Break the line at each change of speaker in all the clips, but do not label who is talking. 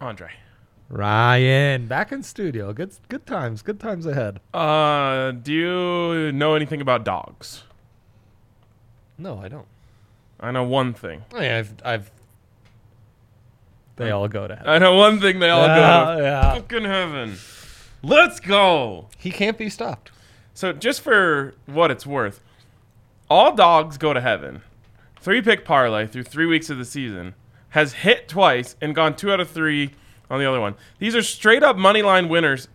Andre.
Ryan, back in studio. Good good times, good times ahead.
Uh, do you know anything about dogs?
No, I don't.
I know one thing.
I mean, I've I've they all go to hell.
I know one thing they all
Yeah,
go to.
yeah.
Fucking heaven. Let's go.
He can't be stopped.
So, just for what it's worth, all dogs go to heaven. Three pick parlay through three weeks of the season has hit twice and gone two out of three on the other one. These are straight up money line winners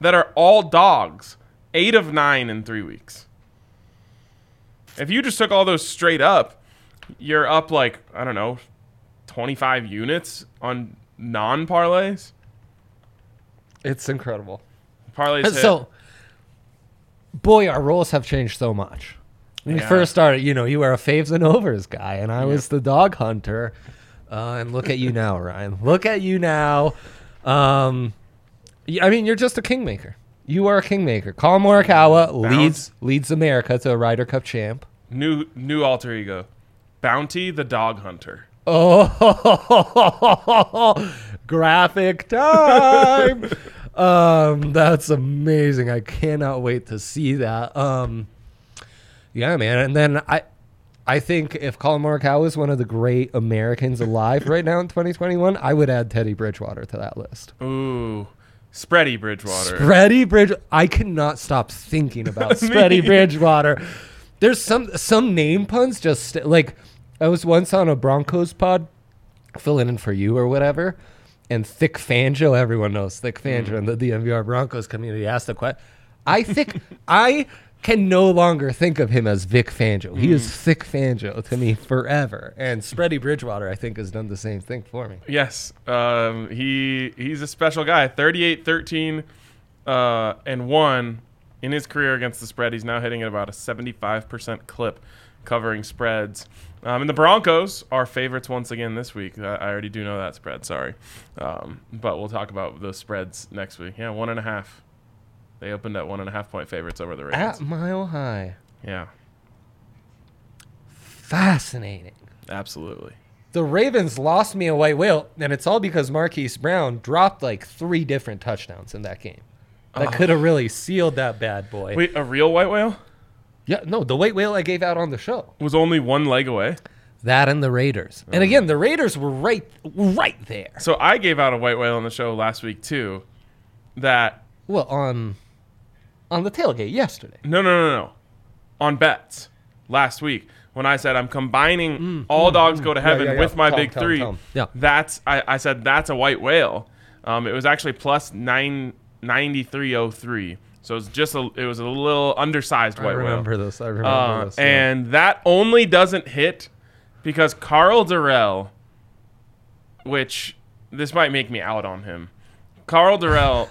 that are all dogs, eight of nine in three weeks. If you just took all those straight up, you're up like, I don't know, 25 units on non parlays.
It's incredible.
Parlays. hit.
So, boy, our roles have changed so much. When
Yeah.
we first started, you know, you were a faves and overs guy, and I was the dog hunter. Uh, and look at you now, Ryan. Look at you now. Um, y- I mean, you're just a kingmaker. You are a kingmaker. Colin Morikawa leads leads America to a Ryder Cup champ.
New new alter ego, Bounty the Dog Hunter.
Oh, graphic time. um, that's amazing. I cannot wait to see that. Um, yeah, man. And then I, I think if Colin Morikawa is one of the great Americans alive right now in 2021, I would add Teddy Bridgewater to that list.
Ooh, Spready Bridgewater.
Freddie Bridge. I cannot stop thinking about Freddie Bridgewater. There's some some name puns just st- like I was once on a Broncos pod filling in for you or whatever, and Thick Fangio. Everyone knows Thick Fangio in the DMVR Broncos community. Asked the question. I think I can no longer think of him as Vic Fangio. He is Thick Fangio to me forever. And Freddie Bridgewater, I think, has done the same thing for me.
yes, um, he he's a special guy. 38, 13, uh, and one in his career against the spread. He's now hitting at about a seventy-five percent clip, covering spreads. Um, and the Broncos are favorites once again this week. I, I already do know that spread. Sorry, um, but we'll talk about those spreads next week. Yeah, one and a half. They opened at one and a half point favorites over the Ravens.
At Mile High,
yeah,
fascinating.
absolutely.
the Ravens lost me a white whale, and it's all because Marquise Brown dropped like three different touchdowns in that game. That could have really sealed that bad boy.
Oh. Wait, a real white whale
Yeah, no, the white whale I gave out on the show.
was only one leg away.
That and the Raiders. And again, the Raiders were right right there.
So I gave out a white whale on the show last week too. That
Well, on on the tailgate yesterday.
no, no, no, no, on bets last week when I said I'm combining all dogs go to heaven
Mm, yeah, yeah.
with my
Tell 'em,
big
tell 'em,
three.
tell 'em. Yeah.
That's I, I said that's a white whale. Um, it was actually plus nine ninety three oh three. So it's just a it was a little undersized white whale.
this. I remember
Uh, and that only doesn't hit because Carl Durrell, which this might make me out on him, Carl Durrell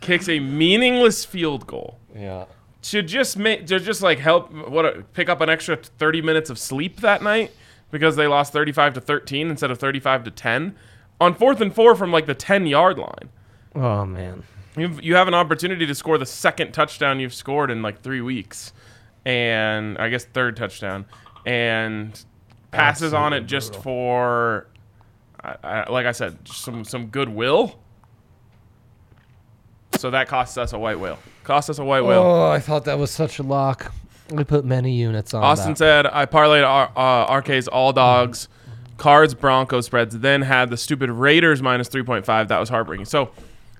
kicks a meaningless field goal
Yeah.
to just make to just like help what a- pick up an extra 30 minutes of sleep that night because they lost 35 to 13 instead of 35 to 10 on fourth and four from like the 10 yard line.
Oh man.
You've, you have an opportunity to score the second touchdown you've scored in like three weeks, and I guess third touchdown, and passes on it just for, I, I, like I said, just some some goodwill. So that costs us a white whale. Cost us a white whale.
Oh, I thought that was such a lock. We put many units on
Austin
that.
said, I parlayed R- uh, RK's all dogs, cards, Broncos spreads, then had the stupid Raiders minus 3.5. That was heartbreaking. So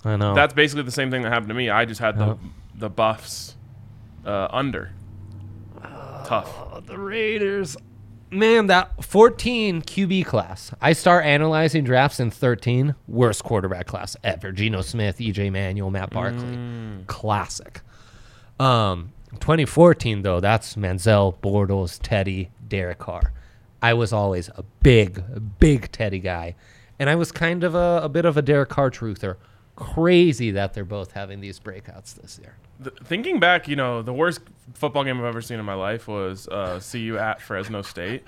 I know.
that's basically the same thing that happened to me. I just had the, the buffs uh, under. Tough.
the Raiders. Man, that 14 QB class. I start analyzing drafts in 13. Worst quarterback class ever. Geno Smith, EJ Manuel, Matt Barkley. Classic. Um, 2014, though, that's Manziel, Bortles, Teddy, Derek Carr. I was always a big, big Teddy guy. And I was kind of a, a bit of a Derek Carr truther. Crazy that they're both having these breakouts this year.
Th- thinking back, you know, the worst football game I've ever seen in my life was uh, CU at Fresno State.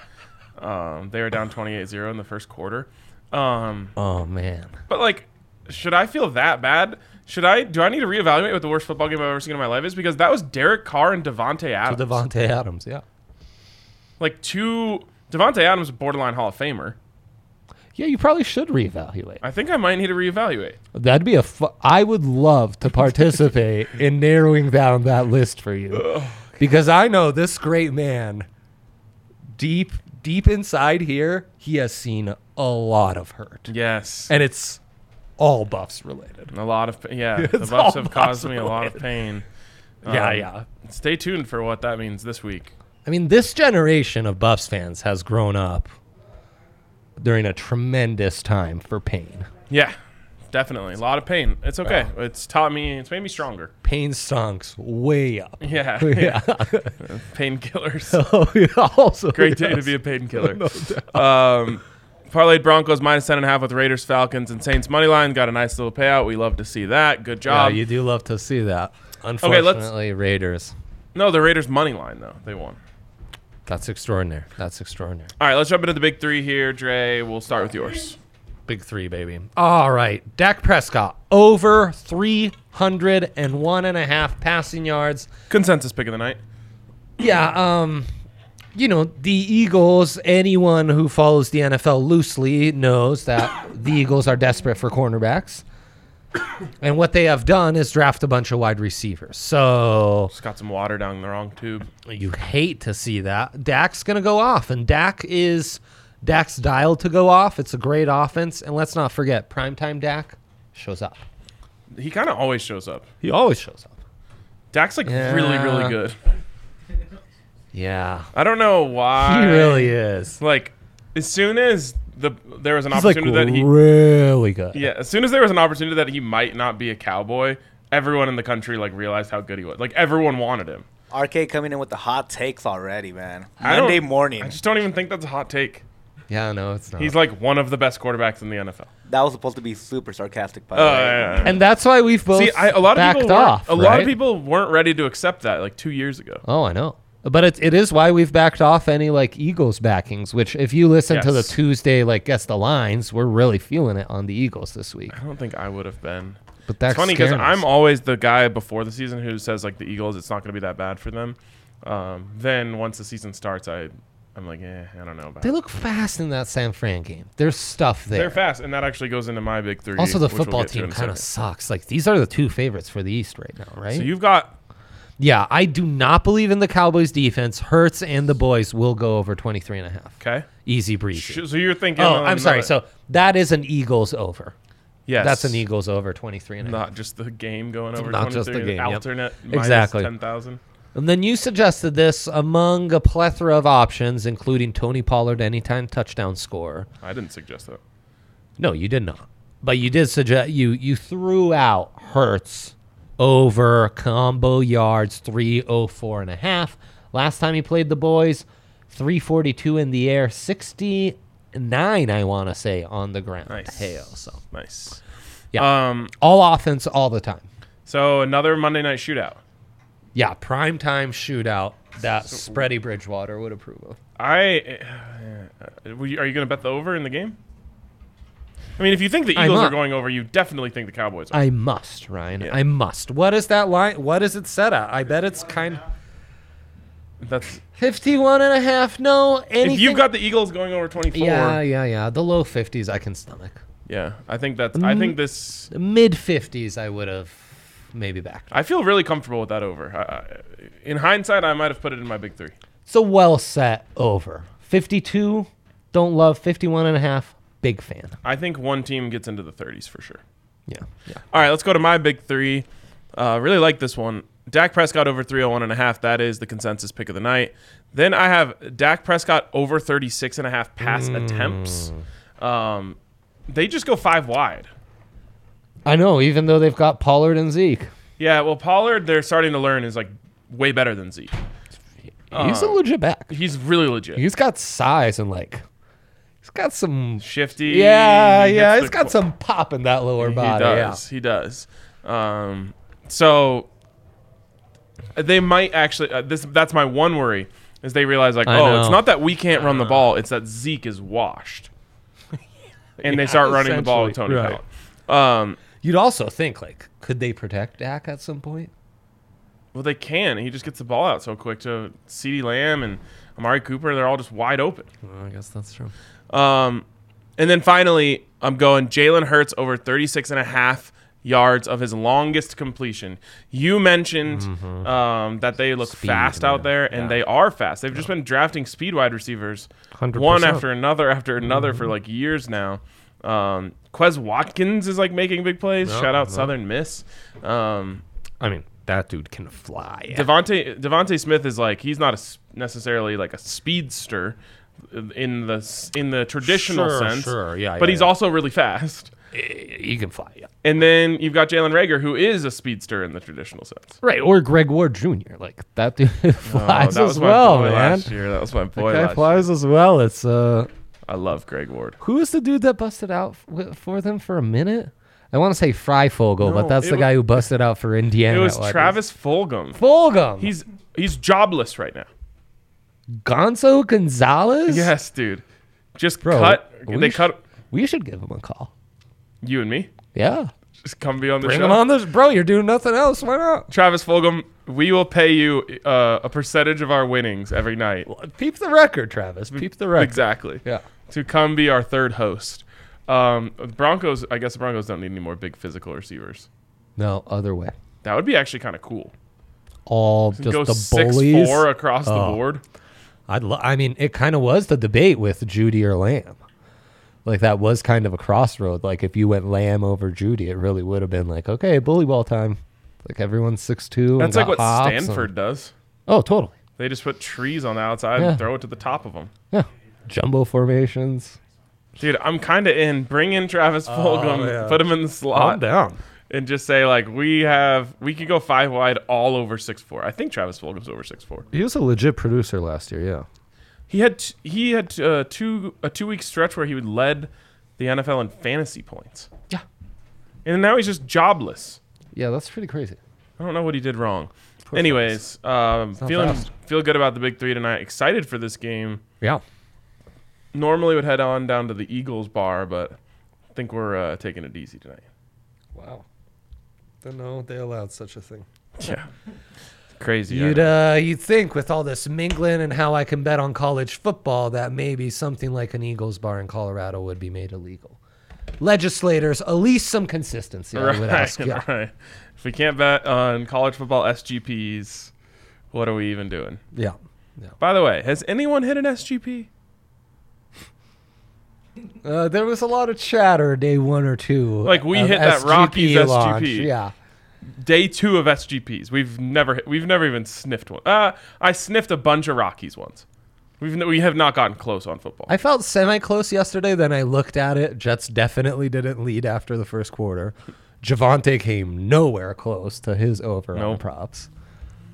Um, they were down 28 0 in the first quarter. Um,
Oh, man.
But like, should I feel that bad? Should I? Do I need to reevaluate what the worst football game I've ever seen in my life is? Because that was Derek Carr and Devonte Adams.
Devontae Adams, yeah.
like two. Devonte Adams, is borderline Hall of Famer.
Yeah, you probably should reevaluate.
I think I might need to reevaluate.
That'd be a. Fu- I would love to participate in narrowing down that list for you, because I know this great man. Deep, deep inside here, he has seen a lot of hurt,
Yes,
and it's all buffs related.
a lot of pa- yeah. The
It's
Buffs
all
have caused me a lot of pain.
yeah,
Um,
yeah.
Stay tuned for what that means this week.
I mean, this generation of Buffs fans has grown up during a tremendous time for pain.
Yeah, definitely a lot of pain. It's okay. It's taught me. It's made me stronger.
Pain stonks way up.
Yeah,
Yeah.
painkillers.
oh, yeah. Also,
Great day to be a painkiller. um, parlayed Broncos minus ten and a half with Raiders, Falcons, and Saints money line. Got a nice little payout. We love to see that. Good
Yeah,
job.
you do love to see that.
let's-
Unfortunately, Raiders.
no, the Raiders money line though. They won.
That's extraordinary. That's extraordinary.
All right, let's jump into the big three here. Dre, we'll start with yours.
Big three, baby. All right. Dak Prescott, over 301 and a half passing yards.
Consensus pick of the night.
Yeah, um, you know, the Eagles, anyone who follows the NFL loosely knows that the Eagles are desperate for cornerbacks. And what they have done is draft a bunch of wide receivers. So
Just got some water down the wrong tube.
You hate to see that. Dak's going to go off, and Dak is Dak's dialed to go off. It's a great offense, and let's not forget, primetime Dak shows up.
He kind of always shows up.
He always shows up.
Dak's like really, really
Yeah.
good.
Yeah,
I don't know
he
why.
really is.
like as soon as the there was an
He's like
opportunity that he
really good.
Yeah, as soon as there was an opportunity that he might not be a cowboy, everyone in the country like realized how good he was. Like everyone wanted him.
RK coming in with the hot takes already, man.
I don't-
Monday morning.
I just don't even think that's a hot take.
yeah, no, it's not.
He's like one of the best quarterbacks in the NFL.
that was supposed to be super sarcastic, by
Uh,
the way.
yeah, yeah.
and that's why we've both
Uh, See, I, a lot of
backed
people weren't-
off.
a lot
right?
of people weren't ready to accept that like two years ago.
Oh, I know. But it, it is why we've backed off any like Eagles backings, which if you listen to the
Yes.
Tuesday like guess the lines, we're really feeling it on the Eagles this week.
I don't think I would have been.
But that's
It's funny because
scaring us.
I'm always the guy before the season who says like the Eagles, it's not going to be that bad for them. Um, then once the season starts, I, I'm like, eh, I don't know about.
They
it.
look fast in that San Fran game. There's stuff there.
They're fast, and that actually goes into my big three.
Also, the
which we'll
football
get to in
team
a
kind of
second.
sucks. Like these are the two favorites for the East right now, right?
So you've got
yeah, I do not believe in the Cowboys defense. Hertz and the boys will go over 23 and a half.
okay.
Easy breezy.
Sh- So you're thinking?
oh,
on
I'm sorry.
another-
So that is an Eagles over.
yes,
That's an Eagles over 23 and a half.
Not just the game going over.
Not just the
23,
game, yep.
Alternate.
Exactly.
Ten thousand.
And then you suggested this among a plethora of options, including Tony Pollard anytime touchdown scorer.
I didn't suggest that.
No, you did not. But you did suggest you you threw out Hertz over combo yards 304 and a half. Last time he played the boys, 342 in the air, 69 I want to say on the ground.
Nice.
Hail, so.
Nice.
Yeah.
Um,
all offense all the time.
so another Monday night shootout.
Yeah, prime time shootout that Spready Bridgewater would approve of.
I uh, will you- are you going to bet the over in the game? I mean, if you think the
I'm
Eagles are
not.
going over, you definitely think the Cowboys are.
I must, Ryan. I must. What is that line? What is it set at? I bet it's kind
That's
51 and a half. No, anything.
if you've got the Eagles going over 24.
Yeah,
Yeah,
yeah, yeah. The low 50s I can stomach.
I think that's.
Um,
I think this.
The mid 50s I would have maybe backed.
I feel really comfortable with that over. I, I, in hindsight, I might have put it in my big three.
It's a well set over. 52, don't love. 51 and a half, big fan.
I think one team gets into the 30s for sure.
Yeah, yeah.
All right, let's go to my big three. Uh, really like this one. Dak Prescott over 301 and a half. That is the consensus pick of the night. Then I have Dak Prescott over 36 and a half pass
Mm.
attempts. Um, they just go five wide.
I know, even though they've got Pollard and Zeke.
Yeah, well, Pollard, they're starting to learn, is like way better than Zeke.
He's a legit back.
He's really legit.
He's got size and like, he's got some.
Shifty.
Yeah,
hits
yeah.
the
He's got
qu-
some pop in that lower
He
body. yeah.
does. He does. Um, so they might actually. Uh, this that's my one worry is they realize like,
I
oh, it's
know. Uh.
not that we can't run the ball; it's that Zeke is washed, and they start running the ball with Tony
essentially. Right.
Powell. Um,
You'd also think like, could they protect Dak at some point?
well, they can. He just gets the ball out so quick to Ceedee Lamb and Amari Cooper. They're all just wide open.
Well, I guess that's true.
Um, and then finally, I'm going Jalen Hurts over 36 and a half yards of his longest completion. You mentioned um, that they look fast out
man.
there, and they are fast. They've just been drafting speed wide receivers,
100%.
one after another after another for like years now. Um, Quez Watkins is like making big plays. Shout out Southern Miss. Um,
I mean, that dude can fly.
Devonte Devonte Smith is like he's not a s necessarily like a speedster in the s- in the traditional
Sure,
sense.
sure. Yeah,
but
yeah,
he's
yeah.
also really fast.
he can fly. Yeah.
And then you've got Jalen Rager, who is a speedster in the traditional sense. Oh,
Right, or Greg Ward Jr. Like that dude flies
that
as well,
my boy
man.
last year. That was my boy.
Guy
Last year.
flies as well. It's uh,
I love Greg Ward.
who is the dude that busted out f- for them for a minute? I want to say Fry Fogle,
No,
but that's
it
the
wa-
guy who busted out for Indiana.
It was
at Rutgers.
Travis Fulgham.
Fulgham. He's
He's he's jobless right now.
Gonzo Gonzalez.
Yes, dude. Just
Bro,
cut.
we
They
sh-
cut
we should give him a call.
you and me.
Yeah,
Just come be on the
bring
show.
him on this, bro. You're doing nothing else. Why not?
Travis Fulgham, we will pay you uh, a percentage of our winnings every night.
Peep the record, Travis. Peep the record.
Exactly.
Yeah.
To come be our third host. Um, the Broncos, I guess the Broncos don't need any more big physical receivers.
No other way.
That would be actually kind of cool.
All just
Go
the
six
bullies. Oh.
four across the board.
I'd lo- I mean, it kind of was the debate with Judy or Lamb. Like that was kind of a crossroad. Like if you went Lamb over Judy, it really would have been like, okay, bully ball time. Like everyone's six two.
That's like what Stanford does.
oh, totally.
They just put trees on the outside
Yeah.
and throw it to the top of them.
Yeah, jumbo formations.
Dude, I'm kind of in. Bring in Travis Fulgham, put him in the slot,
Oh, down.
and just say like we have we could go five wide all over six four. I think Travis Fulgham's over six four.
He was a legit producer last year. Yeah.
He had t- he had uh, two a two week stretch where he would led the NFL in fantasy points,
Yeah.
and now he's just jobless.
Yeah, that's pretty crazy.
I don't know what he did wrong. Anyways, um, feeling
fast.
feel good about the big three tonight. Excited for this game.
Yeah.
Normally would head on down to the Eagles bar, but I think we're uh, taking it easy tonight.
Wow. Don't know they allowed such a thing.
Yeah, crazy. I
You'd
know.
uh, you'd think with all this mingling and how I can bet on college football that maybe something like an Eagles bar in Colorado would be made illegal. Legislators, at least some consistency. I would ask.
Right,
Yeah,
right. If we can't bet on college football SGPs, what are we even doing?
yeah, yeah.
By the way, has anyone hit an SGP?
Uh, there was a lot of chatter day one or two.
Like, we
of
hit that Rockies SGP.
launch. Yeah,
day two of SGPs. We've never hit, we've never even sniffed one. Uh, I sniffed a bunch of Rockies ones. We've n- we have not gotten close on football.
I felt semi close yesterday. Then I looked at it. Jets definitely didn't lead after the first quarter. Javante came nowhere close to his over on
Nope.
props.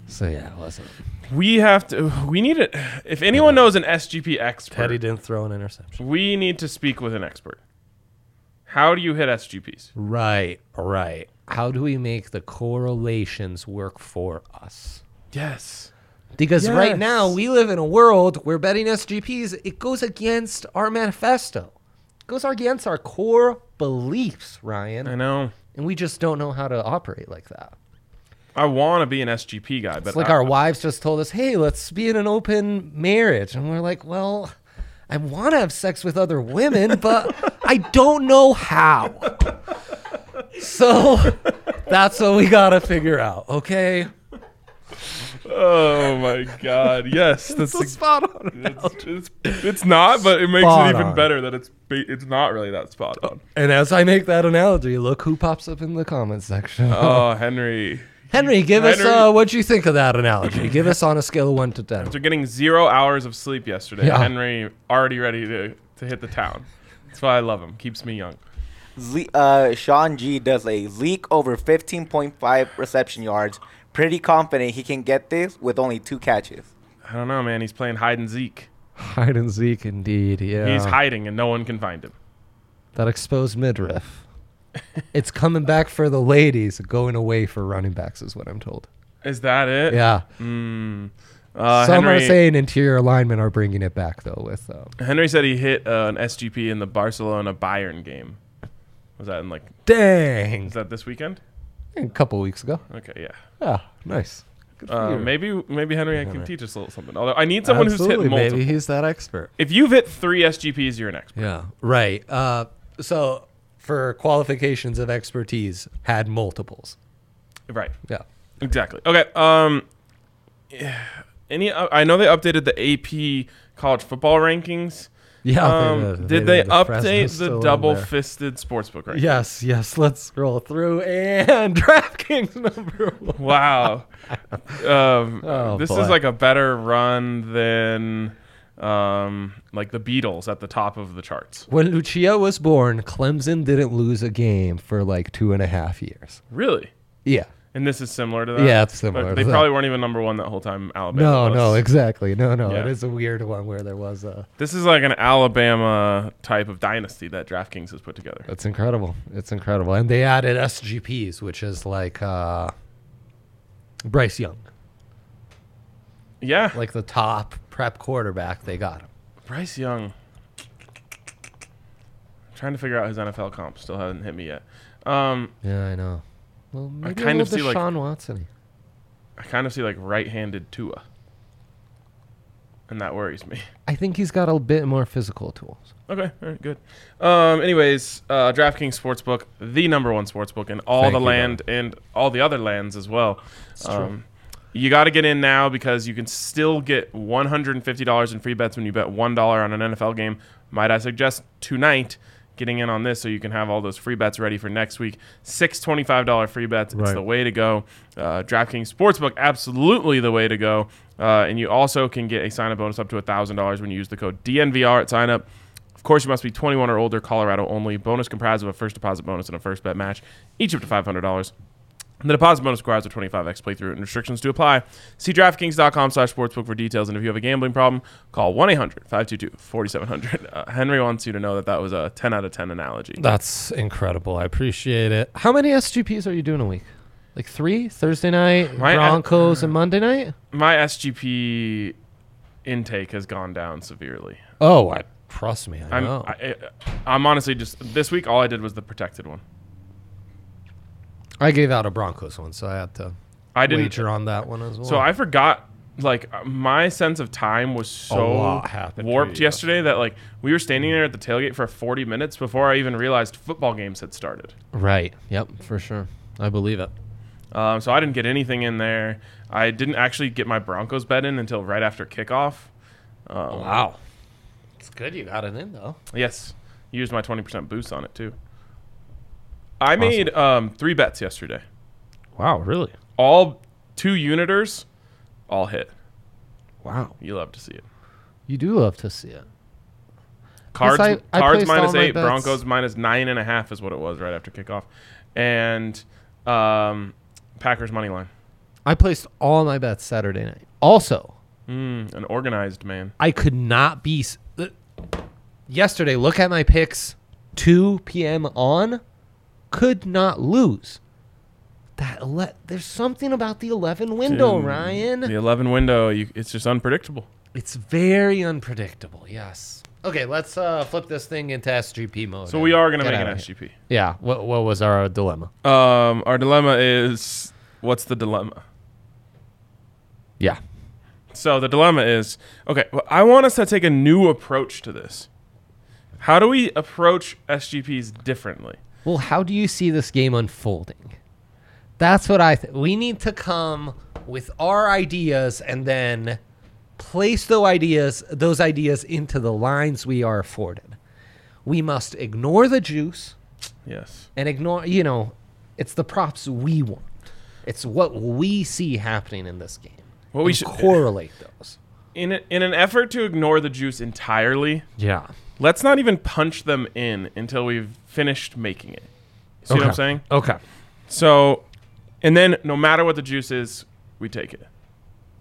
So yeah, it wasn't.
we have to. We need it. If anyone knows an SGP expert,
didn't throw an interception.
we need to speak with an expert. How do you hit SGPs?
Right, right. How do we make the correlations work for us?
Yes.
Because right
Yes.
now we live in a world where betting SGPs it goes against our manifesto. It goes against our core beliefs,
I
Ryan.
know.
And we just don't know how to operate like that.
I want to be an SGP guy, but
It's like
I-
our wives just told us, "Hey, let's be in an open marriage," and we're like, "Well, I want to have sex with other women, but I don't know how." So that's what we gotta figure out, okay?
oh my god, yes, that's
So spot on.
it's, it's, it's not, but it makes
Spot
it even
on.
better that it's ba- it's not really that spot on.
And as I make that analogy, look who pops up in the comment section.
Oh, Henry,
Henry, give us
Henry.
uh, what you think of that analogy. give us on a scale of one to ten.
after getting zero hours of sleep yesterday,
Yeah.
Henry already ready to to hit the town. That's why I love him. Keeps me young.
Le- uh, Sean G does a leak over 15.5 reception yards. Pretty confident he can get this with only two catches.
I don't know, man. He's playing hide and seek.
Hide and Zeke, indeed. Yeah,
He's hiding, and no one can find him.
that exposed midriff. it's coming back for the ladies, going away for running backs, is what I'm told.
Is that it?
Yeah.
Uh,
Some
Henry,
are saying interior alignment are bringing it back though. With uh,
Henry said he hit uh, an SGP in the Barcelona Bayern game. Was that in like?
dang,
Is that this weekend?
a couple weeks ago.
Okay, yeah.
Yeah, nice. Good for
Uh,
you.
maybe maybe Henry can teach us a little something. Although I need someone who's
Absolutely,
hit multiple.
Maybe he's that expert.
If you've hit three SGPs, you're an expert.
Yeah. Right. Uh, so for qualifications of expertise, had multiples.
Right.
Yeah.
Exactly. Okay. Um. yeah. Any? Uh, I know they updated the AP college football rankings.
Yeah.
Um, did they
The Fresno's
update
still
the
in there.
double-fisted sportsbook ranking?
Yes, yes. Let's scroll through and DraftKings number one.
Wow. um,
Oh,
this
boy.
is like a better run than um, like the Beatles at the top of the charts.
When Lucia was born, Clemson didn't lose a game for like two and a half years.
Really?
Yeah.
And this is similar to that.
Yeah, it's
But
similar
They
to that.
probably weren't even number one that whole time. Alabama.
No,
was.
no, exactly. No, no.
Yeah.
It is a weird one where there was a.
This is like an Alabama type of dynasty that DraftKings has put together.
That's incredible. It's incredible. And they added SGPs, which is like uh, Bryce Young,
Yeah.
like the top prep quarterback. They got him.
Bryce Young. trying to figure out his NFL comp. Still hasn't hit me yet. Um,
Yeah, I know. Well, maybe
kind
a
of
little
see, like-
Deshaun Watson.
I kind of see like right-handed Tua, and that worries me.
I think he's got a bit more physical tools.
Okay, all right, good. Um, anyways, uh, DraftKings Sportsbook, the number one sportsbook in all
Thank
the
you,
land and all the other lands as well. Um, you got to get in now because you can still get $150 in free bets when you bet $1 on an NFL game. Might I suggest tonight getting in on this so you can have all those free bets ready for next week. Six $25 free bets. It's
Right.
the way to go. Uh, DraftKings Sportsbook, absolutely the way to go. Uh, and you also can get a sign up bonus up to $1,000 when you use the code DNVR at sign up. Of course, you must be 21 or older, Colorado only. Bonus comprised of a first deposit bonus and a first bet match, each up to $500. The deposit bonus requires a 25x playthrough and restrictions to apply. See DraftKings.com slash sportsbook for details. And if you have a gambling problem, call 1 800 522 4700. Uh, Henry wants you to know that that was a 10 out of 10 analogy.
That's incredible. I appreciate it. How many SGPs are you doing a week? Like three? Thursday night,
My-
Broncos, and Monday night?
My SGP intake has gone down severely.
Oh, I, trust me. I
I'm,
know.
I, I, am honestly just, this week, all I did was the protected one.
I gave out a Broncos one, so I had to
I didn't.
wager on that one as well.
So I forgot. Like uh, my sense of time was so
lot happened to
warped
you
yesterday that like we were standing there at the tailgate for 40 minutes before I even realized football games had started.
right. Yep, for sure. I believe it.
Um, so I didn't get anything in there. I didn't actually get my Broncos bet in until right after kickoff. Oh.
Wow. It's good you got it in though.
Yes, used my 20% boost on it too. I made um, three bets yesterday.
Wow, really?
All two uniters, all hit.
Wow.
You love to see it.
You do love to see it.
Cards,
I- I
cards
placed all
minus
my
eight,
bets.
Broncos minus nine and a half is what it was right after kickoff, and um, Packers money line.
I placed all my bets Saturday night. Also,
Mm, an organized man.
I could not be s- uh, yesterday. Look at my picks 2 p.m. on could not lose. That ele- there's something about the 11 window,
Dude,
Ryan.
The 11 window, you, it's just unpredictable.
It's very unpredictable. Yes. Okay, let's uh, flip this thing into SGP mode.
So
and
we are going to
get
make
out
an
of here.
SGP.
Yeah. What what was our dilemma?
Um, our dilemma is what's the dilemma?
Yeah.
So the dilemma is okay. Well, I want us to take a new approach to this. How do we approach SGPs differently?
Well, how do you see this game unfolding? That's what I th- we need to come with our ideas and then place those ideas those ideas into the lines we are afforded. We must ignore the juice
Yes.
and ignore, you know, it's the props we want. It's what we see happening in this game.
What we
And
should-
correlate those.
In a, in an effort to ignore the juice entirely,
Yeah.
let's not even punch them in until we've finished making it. See what I'm saying?
Okay.
So, and then no matter what the juice is, we take it.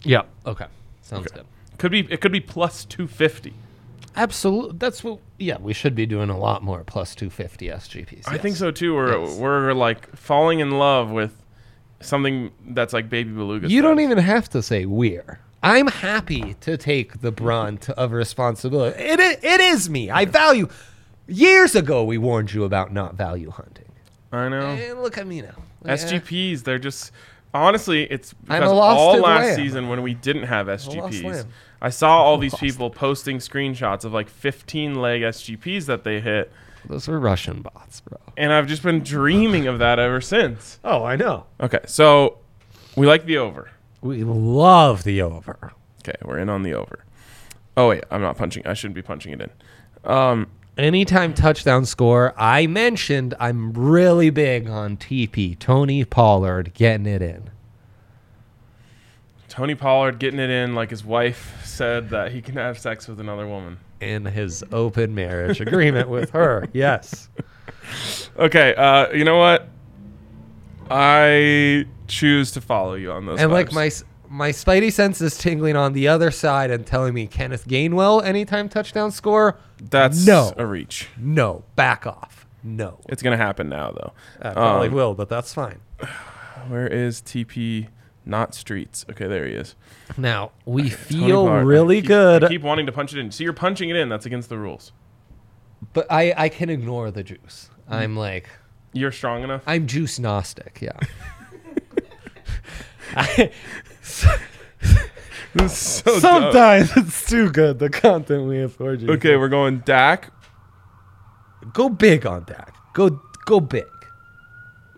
Yeah. Okay. Sounds good.
Could be it could be plus 250.
Absolutely. That's what. Yeah, we should be doing a lot more plus 250 SGPs.
I
yes.
think so too. We're
Yes.
we're like falling in love with something that's like baby beluga.
You don't
size.
even have to say we're. I'm happy to take the brunt of responsibility. It is, it is me. I value. Years ago, we warned you about not value hunting.
I know.
And look at me now. Look at-
SGPs, they're just honestly, it's
I'm
because
a lost
all
lamb.
last season when we didn't have SGPs,
lamb.
I saw all these people posting screenshots of like 15 leg SGPs that they hit,
Those were Russian bots, bro.
and I've just been dreaming of that ever since.
Oh, I know.
Okay, so we like the over.
We love the over.
Okay, we're in on the over. Oh wait, I'm not punching. I shouldn't be punching it in. Um,
Anytime touchdown score, I mentioned I'm really big on TP, Tony Pollard getting it in.
Tony Pollard getting it in like his wife said that he can have sex with another woman.
in his open marriage agreement with her. Yes.
Okay, uh, you know what? I choose to follow you on those.
And like
vibes.
my s- my spidey sense is tingling on the other side and telling me Kenneth Gainwell anytime touchdown score.
that's
no.
a reach.
No, back off. No.
It's gonna happen now though.
I probably
Um,
will, but that's fine.
Where is TP? Not streets. Okay, there he is.
Now, we
Tony
feel
Pollard. I
really
keep- I
good,
keep wanting to punch it in. So you're punching it in. That's against the rules.
but I I can ignore the juice. I'm like
You're strong enough.
I'm juice gnostic, yeah.
This is so dumb.
it's too good the content we afford you.
Okay, we're going Dak.
Go big on that. Go go big.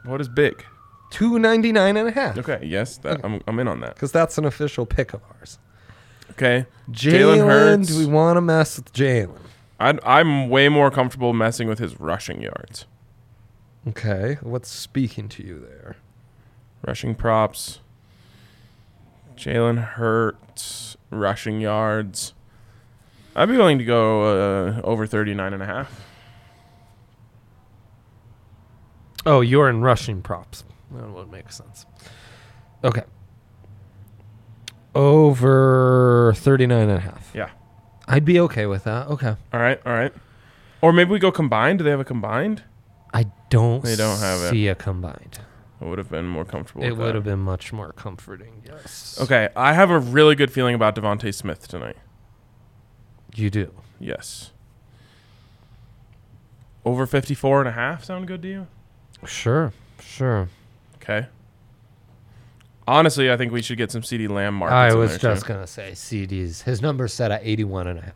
What is big?
299 and a half.
Okay, yes, that, I'm, I'm in on that.
because that's an official pick of ours.
Okay,
Jalen Hurts. We want to mess with Jalen.
I'd, I'm way more comfortable messing with his rushing yards,
Okay, what's speaking to you there?
rushing props. Jalen Hurts rushing yards. I'd be willing to go uh, over 39 and a half.
Oh, you're in rushing props. That would make sense. Okay. Over 39 and a half.
Yeah.
I'd be okay with that. Okay.
All right. All right. Or maybe we go combined. Do they have a combined?
I don't,
They don't have it.
see a combined.
I would have been more comfortable.
It
with
would
that.
have been much more comforting. Yes.
Okay, I have a really good feeling about Devonte Smith tonight.
You do.
Yes. Over 54 and a half sound good to you?
Sure. Sure.
Okay. Honestly, I think we should get some CD Lamb markets.
I
in
was
there,
just
too.
going to say CDs. His number's set at 81 and a half.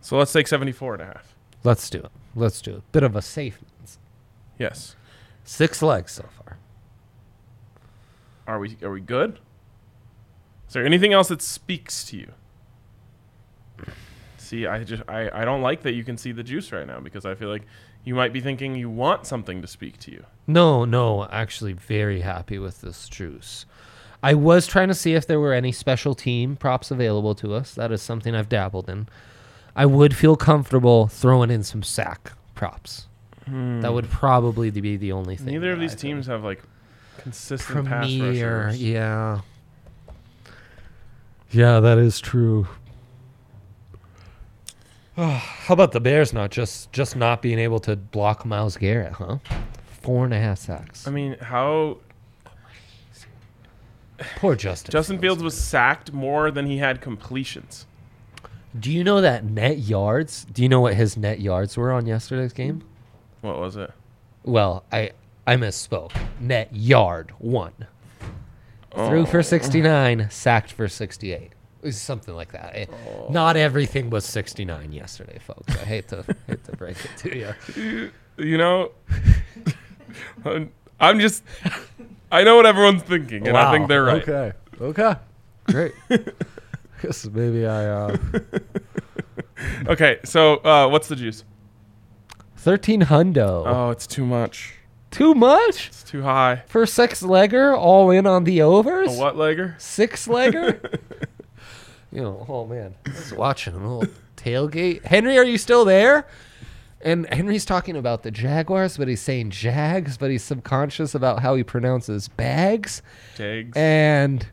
So let's take 74 and a half.
Let's do it. Let's do it. Bit of a safe means.
Yes.
Six legs so far.
Are we are we good? Is there anything else that speaks to you? See, I just I, I don't like that you can see the juice right now because I feel like you might be thinking you want something to speak to you.
No, no, actually very happy with this juice. I was trying to see if there were any special team props available to us. That is something I've dabbled in. I would feel comfortable throwing in some sack props. That would probably be the only thing.
Neither of
that
these
I think.
teams have like consistent
premier,
pass rushers.
yeah. Yeah, that is true. How about the Bears not just just not being able to block Miles Garrett, huh? Four and a half sacks.
I mean, how
Poor Justin.
Justin Fields was sacked more than he had completions.
Do you know that net yards? Do you know what his net yards were on yesterday's game?
What was it?
Well, I I misspoke. Net yard one. Threw
Oh.
for sixty nine, sacked for sixty eight. It was something like that. It- Not
Oh.
everything was sixty nine yesterday, folks. I hate to hate to break it to you.
You know, I'm- I'm just. I know what everyone's thinking, and I think they're right.
Okay. Okay. Great. Guess maybe I uh,
Okay, so uh, what's the juice?
thirteen hundo.
Oh, it's too much.
Too much
It's too high.
for six legger. All in on the
A
overs.
what legger?
six legger. you know, oh man, I was watching an old tailgate. Henry, are you still there? And Henry's talking about the Jaguars, but he's saying Jags, but he's subconscious about how he pronounces bags.
Jags.
And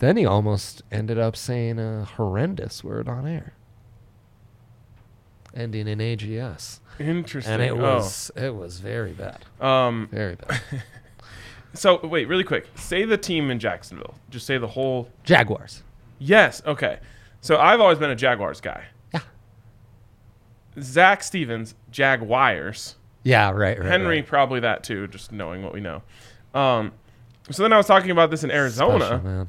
then he almost ended up saying a horrendous word on air, ending in AGS.
Interesting.
And it
Oh.
was it was very bad,
Um,
very bad.
so wait, really quick. Say the team in Jacksonville. Just say the whole.
Jaguars.
Yes. Okay. So I've always been a Jaguars guy.
Yeah.
Zach Stevens, Jaguars.
Yeah, right, right.
Henry
right.
probably that too, just knowing what we know. Um, so then I was talking about this in Arizona.
Special, man.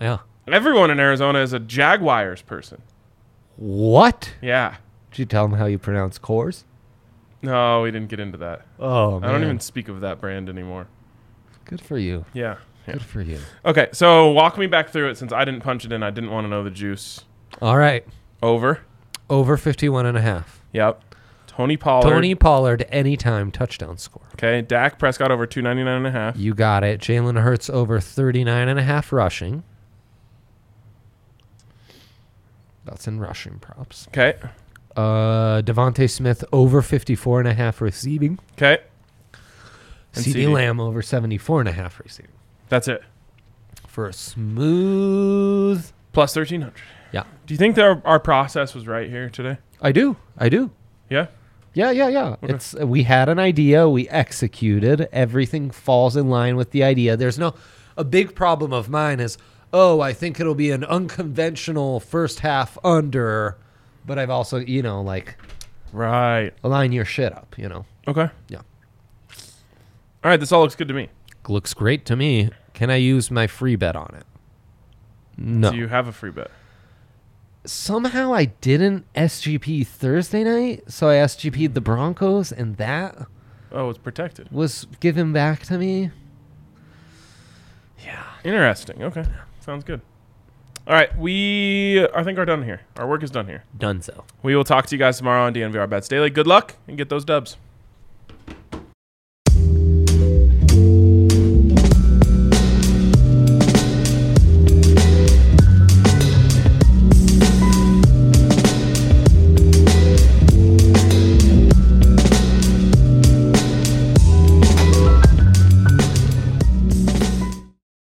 Yeah.
Everyone in Arizona is a Jaguars person.
What?
Yeah.
Did you tell him how you pronounce cores?
No, we didn't get into that.
Oh,
I don't even speak of that brand anymore.
Good for you.
Yeah. yeah.
Good for you.
Okay, so walk me back through it since I didn't punch it in. I didn't want to know the juice.
All right.
Over.
Over 51 and a half.
Yep. Tony Pollard.
Tony Pollard, anytime touchdown score.
Okay, Dak Prescott over 299 and a half.
You got it. Jalen Hurts over 39 and a half rushing. That's in rushing props.
Okay.
Uh, Devontae Smith over 54 and a half receiving.
Okay. And
CD
CD.
Lamb over 74 and a half receiving.
That's it.
For a smooth.
Plus 1300.
Yeah.
Do you think that our, our process was right here today?
I do. I do.
Yeah.
Yeah, yeah, yeah. It's we had an idea, we executed. Everything falls in line with the idea. There's no a big problem of mine is, "Oh, I think it'll be an unconventional first half under." But I've also, you know, like
Right.
align your shit up, you know.
Okay.
Yeah.
All right, this all looks good to me.
Looks great to me. Can I use my free bet on it? No.
Do you have a free bet?
Somehow I didn't SGP Thursday night, so I SGP'd the Broncos and that
Oh, it's protected.
was given back to me.
Interesting. Okay. Sounds good. All right, we I think are done here. Our work is done here.
Dunzo.
We will talk to you guys tomorrow on DNVR Bets Daily. Good luck and get those dubs.